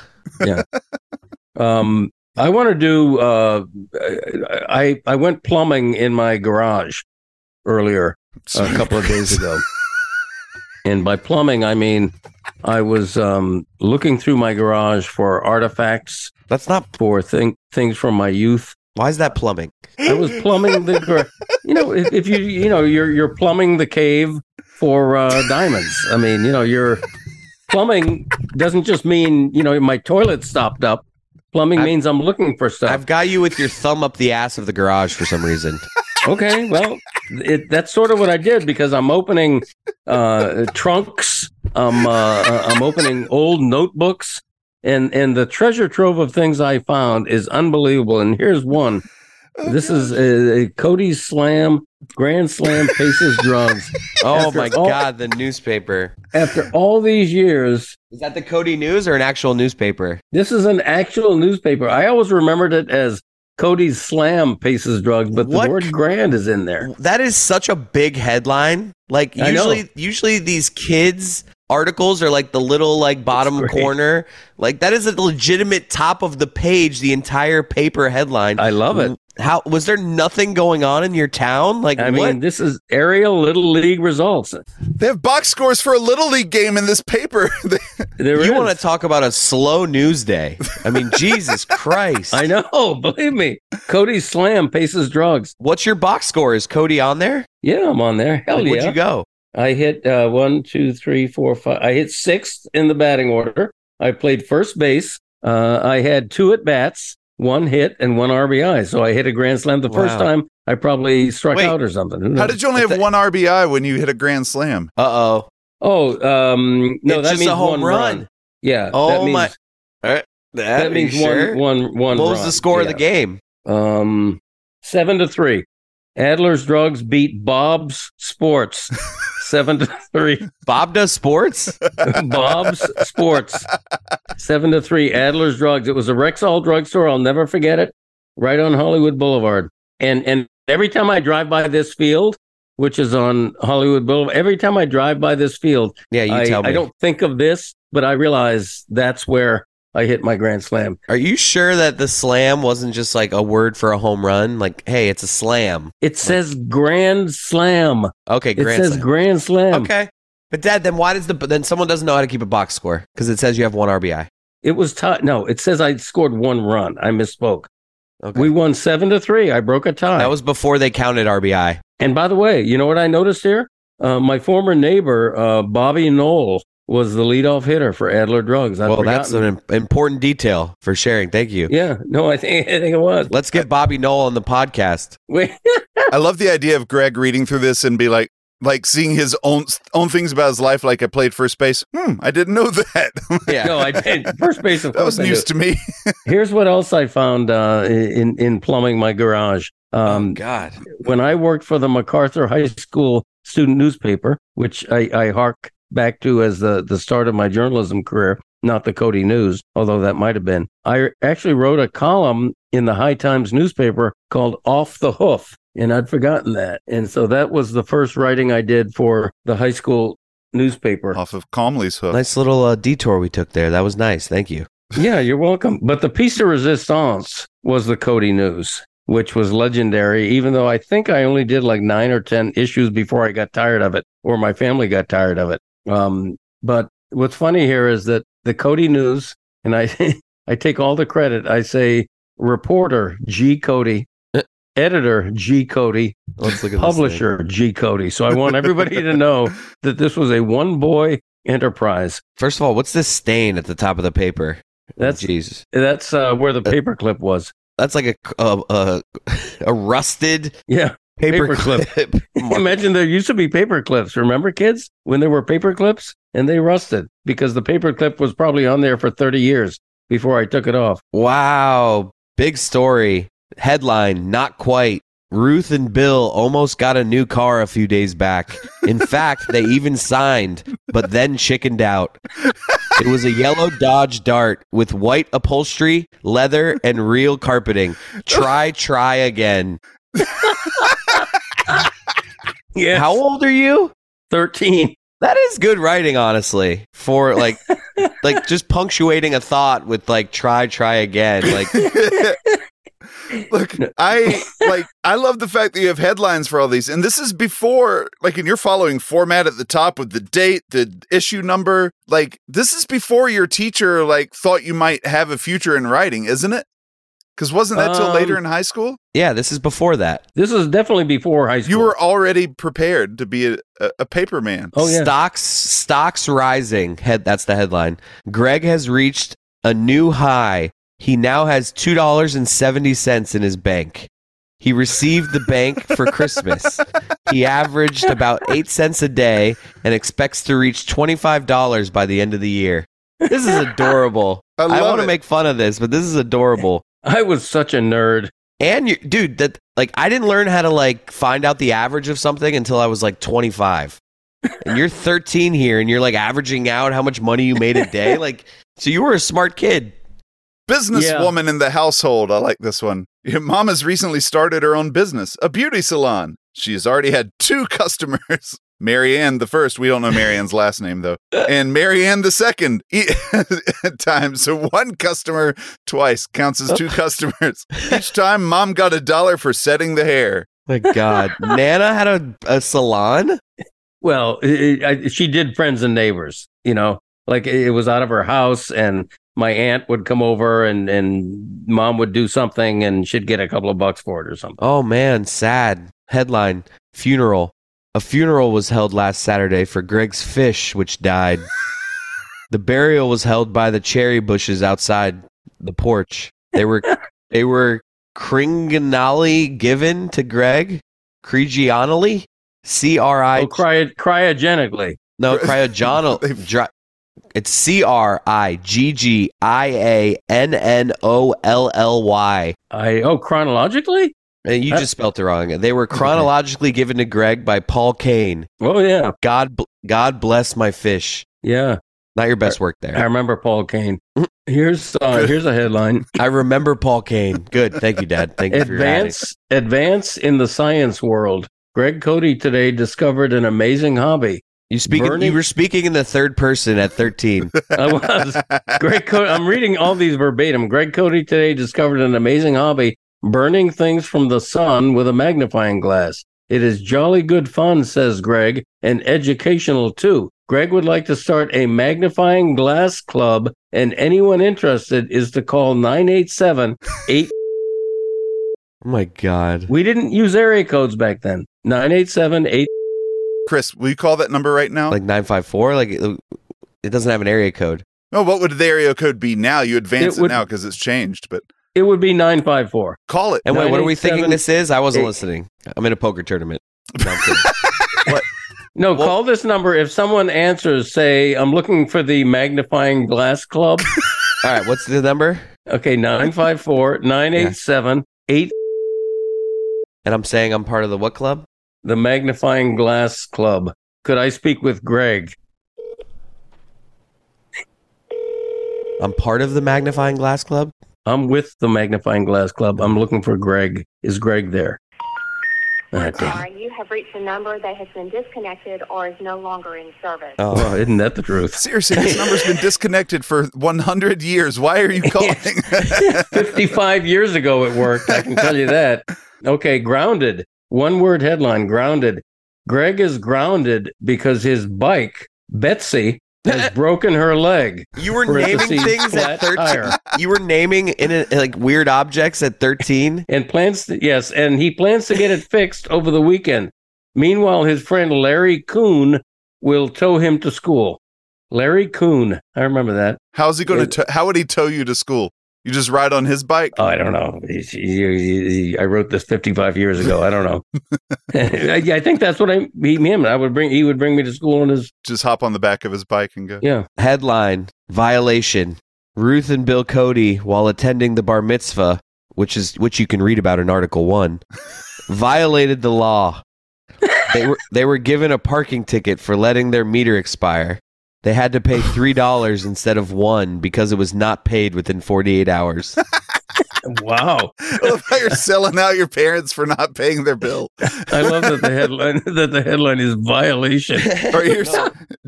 um, I want to do. Uh, I I went plumbing in my garage earlier a couple of days ago, and by plumbing I mean I was um, looking through my garage for artifacts
That's not.
for thing, things from my youth.
Why is that plumbing?
I was plumbing the, gar- you know, if, if you you know you're you're plumbing the cave for uh, diamonds. I mean, you know, you're plumbing doesn't just mean you know my toilet stopped up. Plumbing
I've-
means I'm looking for stuff.
I've got you with your thumb up the ass of the garage for some reason.
okay, well, it, that's sort of what I did because I'm opening uh, trunks. I'm uh, I'm opening old notebooks, and and the treasure trove of things I found is unbelievable. And here's one. This is uh, Cody's slam, grand slam, paces drugs.
Oh
After
my
all-
god, the newspaper.
After all these years,
Is that the Cody News or an actual newspaper?
this is an actual newspaper. I always remembered it as Cody's slam paces drugs, but
What?
the word grand is in there.
That is such a big headline. Like
I know.
usually usually these kids articles are like the little like bottom
great.
corner. Like that is a legitimate top of the page, the entire paper headline. Mm,
I love it.
How was there nothing going on in your town? Like
I
what?
mean, this is aerial little league results.
They have box scores for a little league game in this paper.
There is.
you want to talk about a slow news day? I mean, Jesus Christ!
I know. Believe me, Cody Slam paces drugs.
What's your box score? Is Cody on there?
Yeah, I'm on there. Hell
Like,
yeah!
Where'd you go?
I hit uh, one, two, three, four, five. I hit sixth in the batting order. I played first base. Uh, I had two at bats, one hit, and one RBI. So I hit a grand slam the first
Wow.
time. I probably struck
Wait,
out or something. Who
How
knows?
did you only have one RBI when you hit a grand slam?
Uh oh.
oh, um, no,
It's
that
just
means
a home
one
run.
run. Yeah.
Oh,
that means,
my-
That, means one, one, one.
What was
run.
the score of
Yeah.
the game?
Um, seven to three. Adler's Drugs beat Bob's Sports seven to three.
Bob does sports.
Bob's Sports seven to three. Adler's Drugs. It was a Rexall drugstore. I'll never forget it. Right on Hollywood Boulevard. And and every time I drive by this field, which is on Hollywood Boulevard, every time I drive by this field,
yeah, you
I,
tell me.
I don't think of this, but I realize that's where I hit my grand slam.
Are you sure that the slam wasn't just like a word for a home run? Like, hey, it's a slam.
It says grand slam.
Okay,
It
grand
says
slam.
grand slam.
okay, but Dad, then why does the then someone doesn't know how to keep a box score because it says you have one RBI?
It was tied. No, it says I scored one run. I misspoke.
Okay,
We won seven to three. I broke a tie.
that was before they counted RBI.
and by the way, you know what I noticed here? Uh, my former neighbor, uh, Bobby Knoll, was the leadoff hitter for Adler Drugs. I've
well, that's an
forgotten.
im- important detail for sharing. Thank you.
yeah. No, I think I think it was.
Let's get Bobby Knoll on the podcast.
Wait,
I love the idea of Greg reading through this and be like, like seeing his own own things about his life. Like I played first base. Hmm, I didn't know that.
Yeah.
no, I did. First base, of
that was
course I
news
knew.
to me.
Here's what else I found uh, in in plumbing my garage. Um,
Oh, God.
when I worked for the MacArthur High School student newspaper, which I, I hark back to as the, the start of my journalism career, not the Cody News, although that might have been, I actually wrote a column in the High Times newspaper called Off the Hoof, and I'd forgotten that. And so that was the first writing I did for the high school newspaper.
Off of Comley's hook.
Nice little uh, detour we took there. That was nice. Thank you.
Yeah, you're welcome. But the piece de resistance was the Cody News, which was legendary, even though I think I only did like nine or 10 issues before I got tired of it or my family got tired of it. Um, but what's funny here is that the Cody News, and I, I take all the credit, I say reporter G. Cody, editor G. Cody,
Let's look at this thing.
publisher G. Cody. So I want everybody to know that this was a one boy enterprise.
First of all, what's this stain at the top of the paper?
That's,
Jesus.
that's uh, where the paperclip was.
That's like a a, a, a rusted
Yeah.
paper,
Paperclip.
clip.
Imagine there used to be paper clips. Remember, kids, when there were paper clips and they rusted because the paper clip was probably on there for 30 years before I took it off.
Wow, big story. Headline: Not quite. Ruth and Bill almost got a new car a few days back. In fact, they even signed, but then chickened out. It was a yellow Dodge Dart with white upholstery, leather, and real carpeting. Try, try again.
Yeah.
How old are you?
13.
That is good writing, honestly. For like, like just punctuating a thought with like try, try again. Like,
Look, I like I love the fact that you have headlines for all these. And this is before like in your following format at the top with the date, the issue number. Like this is before your teacher like thought you might have a future in writing, isn't it? Cuz wasn't that till
Um,
later in high school?
yeah, this is before that.
This is definitely before high school.
You were already prepared to be a, a, a paper man.
Oh, yeah.
Stocks, stocks rising. Head. That's the headline. Greg has reached a new high. He now has two dollars and seventy cents in his bank. He received the bank for Christmas. He averaged about eight cents a day and expects to reach $25 by the end of the year. This is adorable.
I
Oh, I,
love
want
it.
to make fun of this, but this is adorable.
I was such a nerd.
And you, dude, that like I didn't learn how to like find out the average of something until I was like 25. And you're 13 here, and you're like averaging out how much money you made a day. Like, so you were a smart kid.
Businesswoman in the household. I like this one. Your mom has recently started her own business, a beauty salon. She has already had two customers. Marianne the first, we don't know Marianne's last name though, and Marianne the second e- times so one customer twice counts as two customers. Each time, mom got a dollar for setting the hair.
My God, Nana had a, a salon.
Well, i I, she did friends and neighbors. You know, like it, it was out of her house, and my aunt would come over, and and mom would do something, and she'd get a couple of bucks for it or something.
Oh man, sad headline: funeral. A funeral was held last Saturday for Greg's fish, which died. the burial was held by the cherry bushes outside the porch. They were they were cringanali given to Greg. Crigianoli, C R I
oh, cry, cryogenically.
no
They've-
cryogonal. dri- it's C R I G G I A N N O L L Y.
I oh chronologically.
And you
Uh,
just spelt it wrong. They were chronologically given to Greg by Paul Kane.
Oh yeah,
God, bl- God bless my fish.
yeah.
Not your best work
I
there.
remember Paul Kane. Here's uh, here's a headline:
I remember Paul Kane. Good, thank you, Dad. Thank you for your adding.
Advance Advance in the science world. Greg Cody today discovered an amazing hobby.
You speaking?
Burning-
You were speaking in the third person at thirteen. Oh
I was Greg Cody. I'm reading all these verbatim. Greg Cody today discovered an amazing hobby: burning things from the sun with a magnifying glass. It is jolly good fun, says Greg, and educational too. Greg would like to start a magnifying glass club, and anyone interested is to call 987 8.
oh my God.
We didn't use area codes back then. 987 8.
Chris, will you call that number right now?
Like nine five four. Like it, it doesn't have an area code.
no, Oh, what would the area code be now? You advance
It
it,
would-
now because it's changed, but
It would be 954.
call it.
And wait, what are we thinking
987
this is? I wasn't
eight-
listening. I'm in a poker tournament. No, I'm kidding.
No,
Well-
call this number. If someone answers, say, I'm looking for the magnifying glass club.
All right, what's the number?
Okay, 954 987 8,
And I'm saying I'm part of the what club?
the magnifying glass club. Could I speak with Greg?
I'm part of the magnifying glass club.
I'm with the magnifying glass club. I'm looking for Greg. Is Greg there? Ah, damn.
Sorry, you have reached a number that has been disconnected or is no longer in service.
Oh,
Oh,
isn't that the truth?
Seriously, this number's been disconnected for 100 years. Why are you calling?
55 years ago it worked. I can tell you that. Okay, grounded. One word headline grounded. Greg is grounded because his bike, Betsy, has broken her leg.
you were naming
Parentheses,
things
flat
at thirteen.
tire.
You were naming in a, like weird objects at thirteen.
and plans to, yes, and he plans to get it fixed over the weekend. Meanwhile, his friend Larry Coon will tow him to school. Larry Coon, I remember that.
How's he going to? How would he tow you to school? You just ride on his bike.
Oh, I don't know. He's- he- he- he- I wrote this 55 years ago. I don't know. I, I think that's what I he, him. I would bring. He would bring me to school in his.
Just hop on the back of his bike and go.
Yeah.
Headline Violation Ruth and Bill Cody, while attending the bar mitzvah, which is which you can read about in Article One, violated the law. They were they were given a parking ticket for letting their meter expire. They had to pay three dollars instead of one because it was not paid within forty eight hours.
Wow.
I love how you're selling out your parents for not paying their bill,
I love that the headline. That the headline is violation.
or here's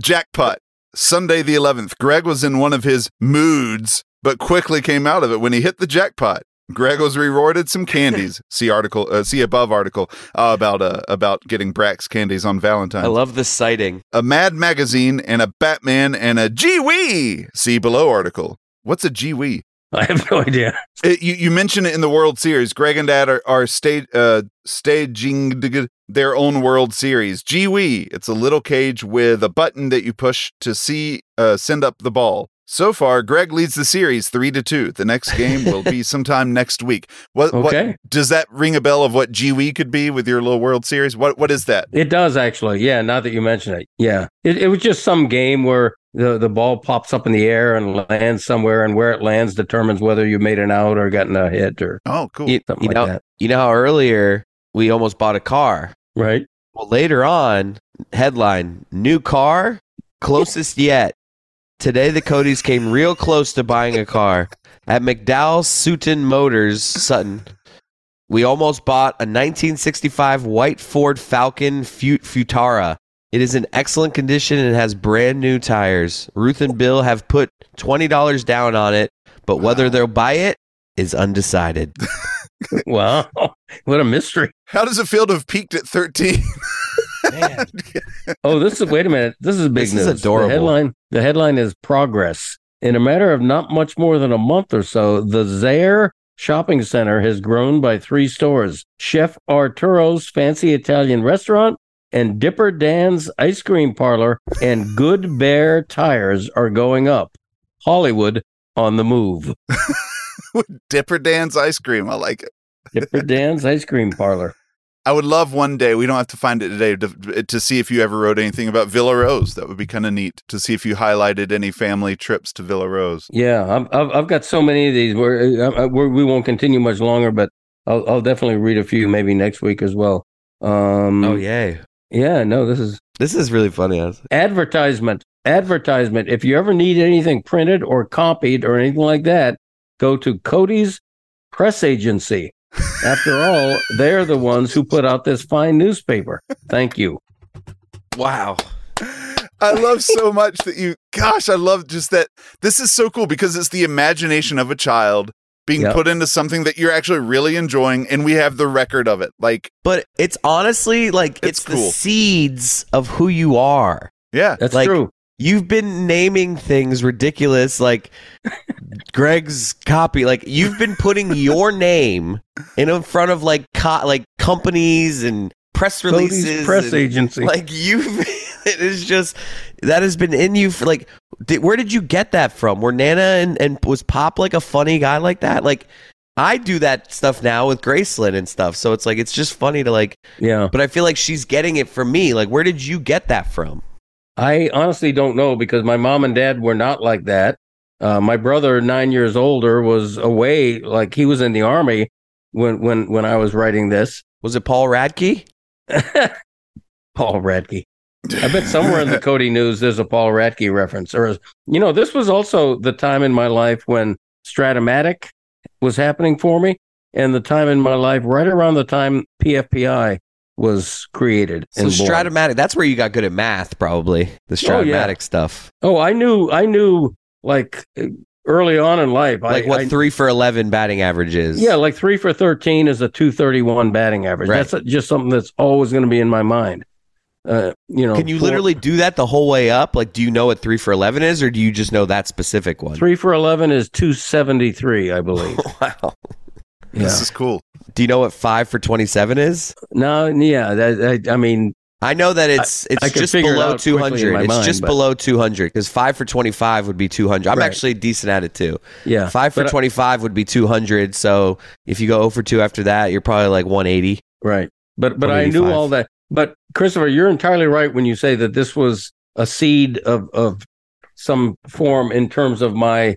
jackpot. Sunday the 11th, Greg was in one of his moods, but quickly came out of it when he hit the jackpot. Greg was rewarded some candies. see article, uh, see above article uh, about uh, about getting Brax candies on Valentine's.
I love the sighting.
a Mad Magazine, and a Batman and a Gee Wee. See below article. What's a Gee Wee?
I have no idea.
It- you, you mention it in the World Series. Greg and Dad are, are sta- uh, staging dig- their own World Series. Gee Wee. It's a little cage with a button that you push to see uh, send up the ball. So far, Greg leads the series three to two. The next game will be sometime next week. What,
Okay.
what does that ring a bell of what GWE could be with your little World Series? What what is that?
It does actually. Yeah, now that you mention it. Yeah. It it was just some game where the, the ball pops up in the air and lands somewhere and where it lands determines whether you made an out or gotten a hit or
Oh, cool.
You,
something
you
like
know,
that.
you know how earlier we almost bought a car.
Right?
Well, later on, headline: New car, closest yet. Today, the Codys came real close to buying a car at McDowell Sutton Motors, Sutton. We almost bought a 1965 white Ford Falcon Fut- Futara. It is in excellent condition and has brand new tires. Ruth and Bill have put twenty dollars down on it, but whether they'll buy it is undecided.
Wow. What a mystery.
How does it feel to have peaked at thirteen?
Oh, this is wait a minute. This is big
This
news.
is adorable.
The headline the headline is progress. In a matter of not much more than a month or so, the Zaire shopping center has grown by three stores. Chef Arturo's fancy Italian restaurant and Dipper Dan's ice cream parlor and Good Bear tires are going up. Hollywood on the move.
Dipper Dan's ice cream. I like it.
Dipper Dan's ice cream parlor.
I would love one day. We don't have to find it today to, to see if you ever wrote anything about Villa Rose. That would be kind of neat to see if you highlighted any family trips to Villa Rose.
Yeah, I'm, I've I've got so many of these. We're, uh, uh, we're we won't continue much longer, but I'll I'll definitely read a few maybe next week as well. Um,
oh yay!
yeah. No, this is
This is really funny. Honestly.
advertisement. Advertisement. If you ever need anything printed or copied or anything like that, go to Cody's Press Agency. After all, they're the ones who put out this fine newspaper. Thank you.
Wow.
I love so much that you, gosh, I love just that. This is so cool because it's the imagination of a child being
Yep.
put into something that you're actually really enjoying, and we have the record of it. Like,
But it's honestly like
It's
it's, the
cool.
seeds of who you are.
yeah,
That's
Like-
true.
You've been naming things ridiculous like Greg's copy. Like you've been putting your name in in front of like co- like companies and press
Cody's
releases.
Press
and,
Agency.
like you've it is just that has been in you for like did, where did you get that from? Were Nana and, and was Pop like a funny guy like that? Like I do that stuff now with Graceland and stuff. So it's like it's just funny to like
yeah.
but I feel like she's getting it from me. Like, where did you get that from?
I honestly don't know because my mom and dad were not like that. Uh, my brother, nine years older, was away, like he was in the army when when when I was writing this.
Was it Paul Radke?
Paul Radke. I bet somewhere in the Cody news there's a Paul Radke reference. Or you know, this was also the time in my life when Stratomatic was happening for me, and the time in my life right around the time PFPI was created.
So
and born.
Stratomatic. That's where you got good at math, probably. The
Oh, yeah.
Stratomatic stuff.
Oh, I knew, I knew, like early on in life,
Like
I,
what
I-
three for eleven batting average is.
Yeah, like three for 13 is a 231 batting average.
Right.
That's just something that's always going to be in my mind. Uh, you know,
Can you
four-
literally do that the whole way up? Like, do you know what three for eleven is, or do you just know that specific one?
three for 11 is 273, I believe.
Wow.
yeah.
this is cool.
Do you know what five for twenty-seven is?
No, yeah. That, I, I mean,
I know that it's it's
I can
just
figure it
below
out quickly
two
in my
hundred. It's
mind,
just
but-
below two hundred because five for twenty-five would be two hundred. I'm
Right.
actually decent at it too.
yeah.
Five for
But uh, I-
25 would be 200. So if you go 0 for 2 after that, you're probably like 180.
Right. But but I knew
185.
all that. But Christopher, you're entirely right when you say that this was a seed of of some form in terms of my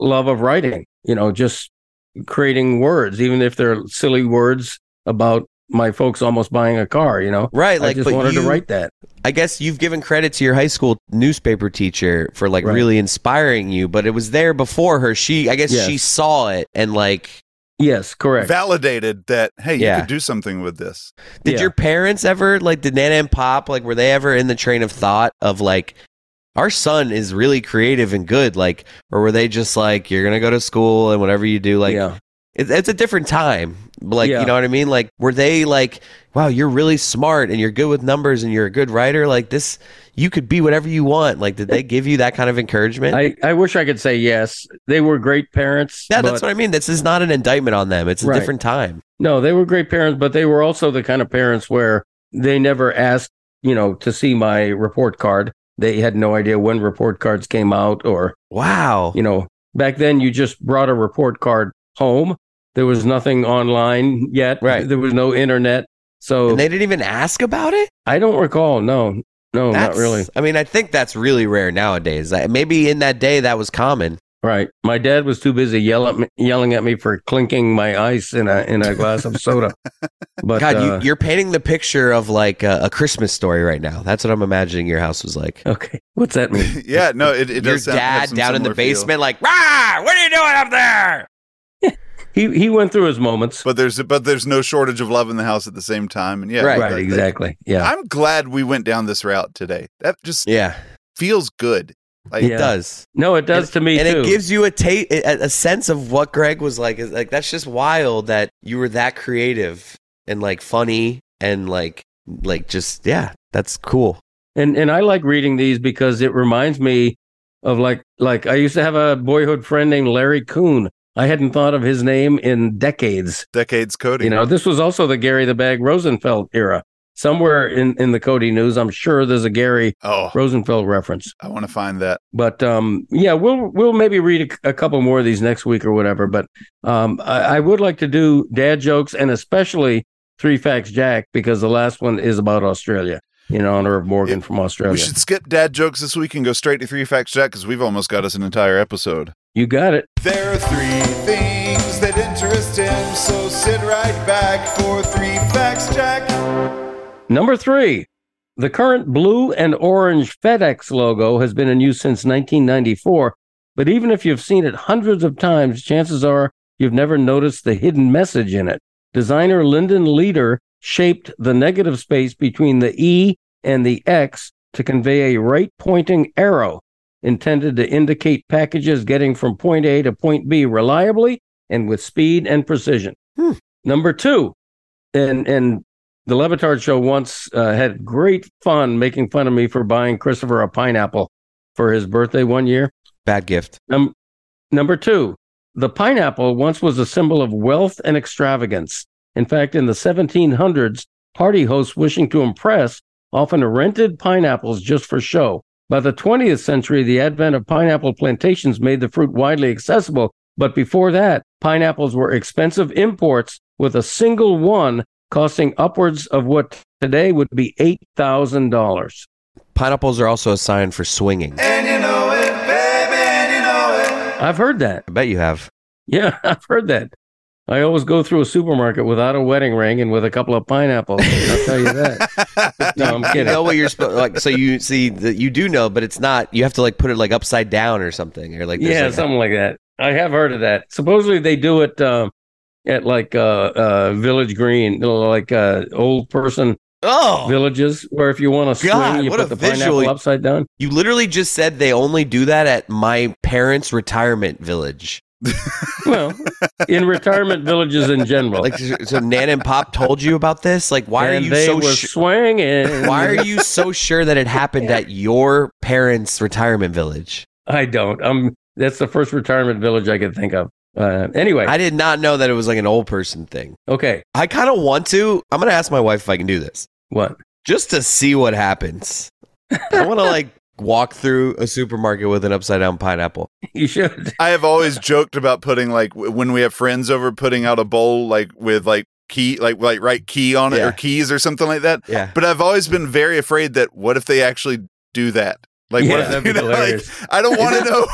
love of writing. You know, just creating words, even if they're silly words about my folks almost buying a car. You know,
Right.
I
Like,
just
but
wanted
you-
to write that.
I guess you've given credit to your high school newspaper teacher for like
Right.
really inspiring you, but it was there before her. She, I guess
Yes.
she saw it and like,
Yes, correct.
Validated that, hey, you
Yeah.
could do something with this.
did
Yeah.
your parents ever, like, did Nana and Pop, like, were they ever in the train of thought of like, our son is really creative and good? Like, or were they just like, you're going to go to school and whatever you do, like,
yeah.
It, it's a different time. Like,
Yeah.
you know what I mean? Like, were they like, wow, you're really smart and you're good with numbers and you're a good writer? Like, this, you could be whatever you want. Like, did they give you that kind of encouragement?
I, I wish I could say yes. They were great parents.
yeah,
but-
that's what I mean. This is not an indictment on them. It's a
Right.
different time.
No, they were great parents, but they were also the kind of parents where they never asked, you know, to see my report card. They had no idea when report cards came out or,
Wow.
you know, back then you just brought a report card home. There was nothing online yet.
Right.
There was no internet. So
And they didn't even ask about it?
I don't recall. No, no, Oh, not really.
I mean, I think that's really rare nowadays. I- Maybe in that day that was common.
Right. My dad was too busy yell at me, yelling at me for clinking my ice in a in a glass of soda. But
God,
uh,
you, you're painting the picture of like a, a Christmas story right now. That's what I'm imagining your house was like.
okay, what's that mean?
yeah, no, it, it
your
does. sound- have
dad
some
down in the
similar feel.
basement, like, rah, what are you doing up there?
He he went through his moments.
but there's but there's no shortage of love in the house at the same time. And yeah,
Right.
right,
that-
exactly. Yeah.
I'm glad we went down this route today. That just
Yeah,
feels good. Like
Yeah.
it does,
no, it does to me
and
too.
it gives you a ta- a a sense of what Greg was like. It's like that's just wild that you were that creative and like funny and like like just yeah, that's cool.
and and I like reading these because it reminds me of like like I used to have a boyhood friend named Larry Coon. I hadn't thought of his name in decades.
decades coding.
You know, this was also the Gary the Bag Rosenfeld era. Somewhere in in the Cody news, I'm sure there's a Gary
oh,
Rosenfeld reference.
I want to find that.
but um, yeah, we'll we'll maybe read a, a couple more of these next week or whatever. But um, I, I would like to do dad jokes and especially three facts Jack because the last one is about Australia in honor of Morgan from
Oh,
Australia.
We should skip dad jokes this week and go straight to three facts Jack because we've almost got us an entire episode.
you got it.
There are three things that interest him, so sit right back for three facts Jack.
Number three, the current blue and orange FedEx logo has been in use since 1994. But even if you've seen it hundreds of times, chances are you've never noticed the hidden message in it. Designer Lyndon Leader shaped the negative space between the E and the X to convey a right pointing arrow intended to indicate packages getting from point A to point B reliably and with speed and precision.
Hmm.
Number two, and, and the Levitard show once uh, had great fun making fun of me for buying Christopher a pineapple for his birthday one year.
Bad gift.
Num- number two, the pineapple once was a symbol of wealth and extravagance. In fact, in the 1700s, party hosts wishing to impress often rented pineapples just for show. By the 20th century, the advent of pineapple plantations made the fruit widely accessible. But before that, pineapples were expensive imports, with a single one costing upwards of what today would be $8,000.
Pineapples are also a sign for swinging.
I've heard that.
I bet you have.
Yeah, I've heard that. I always go through a supermarket without a wedding ring and with a couple of pineapples. I'll tell you that. No, I'm
You
kidding.
know what you're supposed like. So you see that you do know, but it's not. You have to like put it like upside down or something, or like there's,
yeah,
like,
something like that. I have heard of that. Supposedly they do it um at like uh, uh, Village Green, you know, like uh, old person
oh
villages, where if you want to swing,
God,
you
what
put
a
the
visual-
pineapple upside down.
You literally just said they only do that at my parents' retirement village.
Well, in retirement villages in general.
Like, so Nan and Pop told you about this. Like,
Oh.
why
and
are you
they
so
were
sh-
swinging.
why are you so sure that it happened at your parents' retirement village?
I don't. I'm. That's the first retirement village I could think of. Uh, anyway,
I did not know that it was like an old person thing.
okay.
I kind of want to. I'm gonna ask my wife if I can do this
What?
just to see what happens. I want to like walk through a supermarket with an upside down pineapple.
You should.
I have always joked about putting like w- when we have friends over, putting out a bowl like with like key, like like right key on it
Yeah.
or keys or something like that.
Yeah.
But I've always been very afraid that what if they actually do that? Like what
Yeah, that'd
if
be
you know, like,
hilarious.
I don't want to know.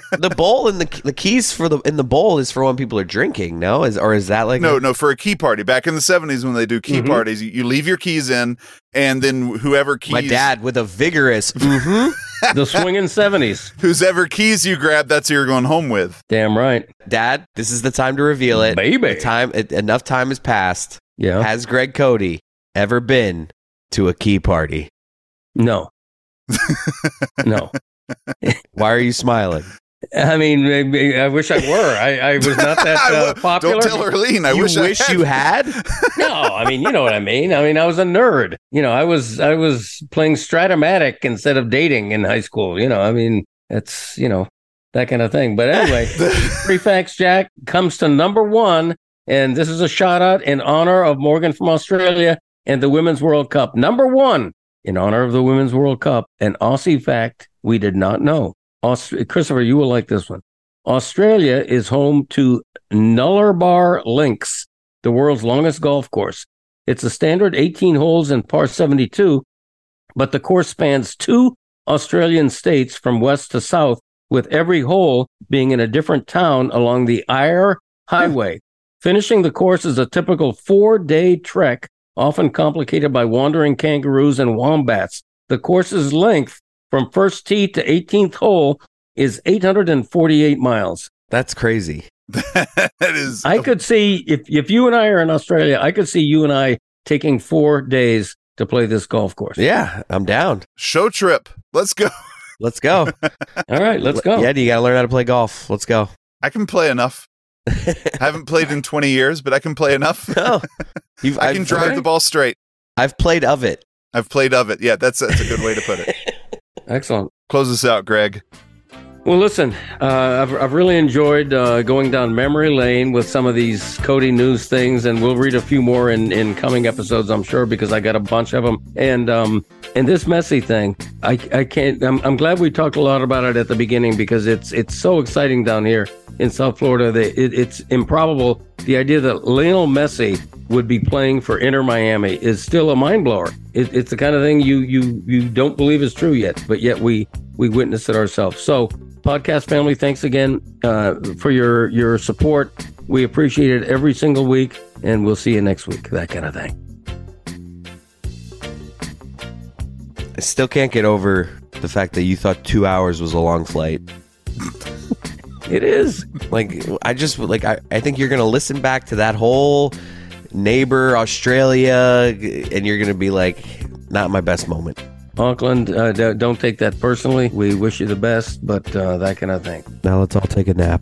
the bowl and the the keys for the in the bowl is for when people are drinking. No, is or is that like
no, no, for a key party back in the seventies when they do key
Mhm.
parties, you, you leave your keys in, and then whoever keys Mm-hmm.
my dad with a vigorous mhm.
the swinging 70s.
whose ever keys you grab, that's who you're going home with.
Damn right.
Dad, this is the time to reveal it.
Baby.
The time it, enough time has passed.
Yeah.
Has Greg Cody ever been to a key party?
No. no.
Why are you smiling?
I mean, maybe- I wish I were. I, I was not that
I
uh,
will-
popular.
Don't tell her lean. I
you
wish, I had.
you had.
No, I mean, you know what I mean. I mean, I was a nerd. You know, I was I was playing Stratomatic instead of dating in high school. You know, I mean, it's you know that kind of thing. But anyway, three facts. Jack comes to number one, and this is a shout out in honor of Morgan from Australia and the Women's World Cup. Number one, in honor of the Women's World Cup, an Aussie fact we did not know. Aust- Christopher, you will like this one. Australia is home to Nullarbor Links, the world's longest golf course. It's a standard 18 holes in par 72, but the course spans two Australian states from west to south, with every hole being in a different town along the Eyre Highway. Finishing the course is a typical four day trek, often complicated by wandering kangaroos and wombats. The course's length from first tee to 18th hole is 848 miles.
That's crazy.
that is.
I could see if, if you and I are in Australia, I could see you and I taking four days to play this golf course.
Yeah, I'm down.
show trip. Let's go.
Let's go.
All right, let's go.
Yeah, you got to learn how to play golf. Let's go.
I can play enough. I haven't played in 20 years, but I can play enough.
No. You've,
I can
I've-
drive the ball straight.
I've played of it.
I've played of it. Yeah, that's that's a good way to put it.
Excellent.
Close this out, Greg.
Well, listen, uh, I've, I've really enjoyed uh, going down memory lane with some of these Cody news things, and we'll read a few more in, in coming episodes, I'm sure, because I got a bunch of them. And um, and this messy thing, I, I can't. I'm, I'm glad we talked a lot about it at the beginning because it's it's so exciting down here in South Florida. That it, it's improbable. The idea that Lionel Messi would be playing for Inter Miami is still a mind blower. It, it's the kind of thing you you you don't believe is true yet, but yet we we witness it ourselves. So podcast family thanks again uh, for your your support we appreciate it every single week and we'll see you next week that kind of thing
I still can't get over the fact that you thought two hours was a long flight.
it is
Like I just like I, I think you're gonna listen back to that whole neighbor Australia and you're gonna be like, not my best moment.
auckland uh, d- don't take that personally we wish you the best but uh, that kind of thing
Now let's all take a nap.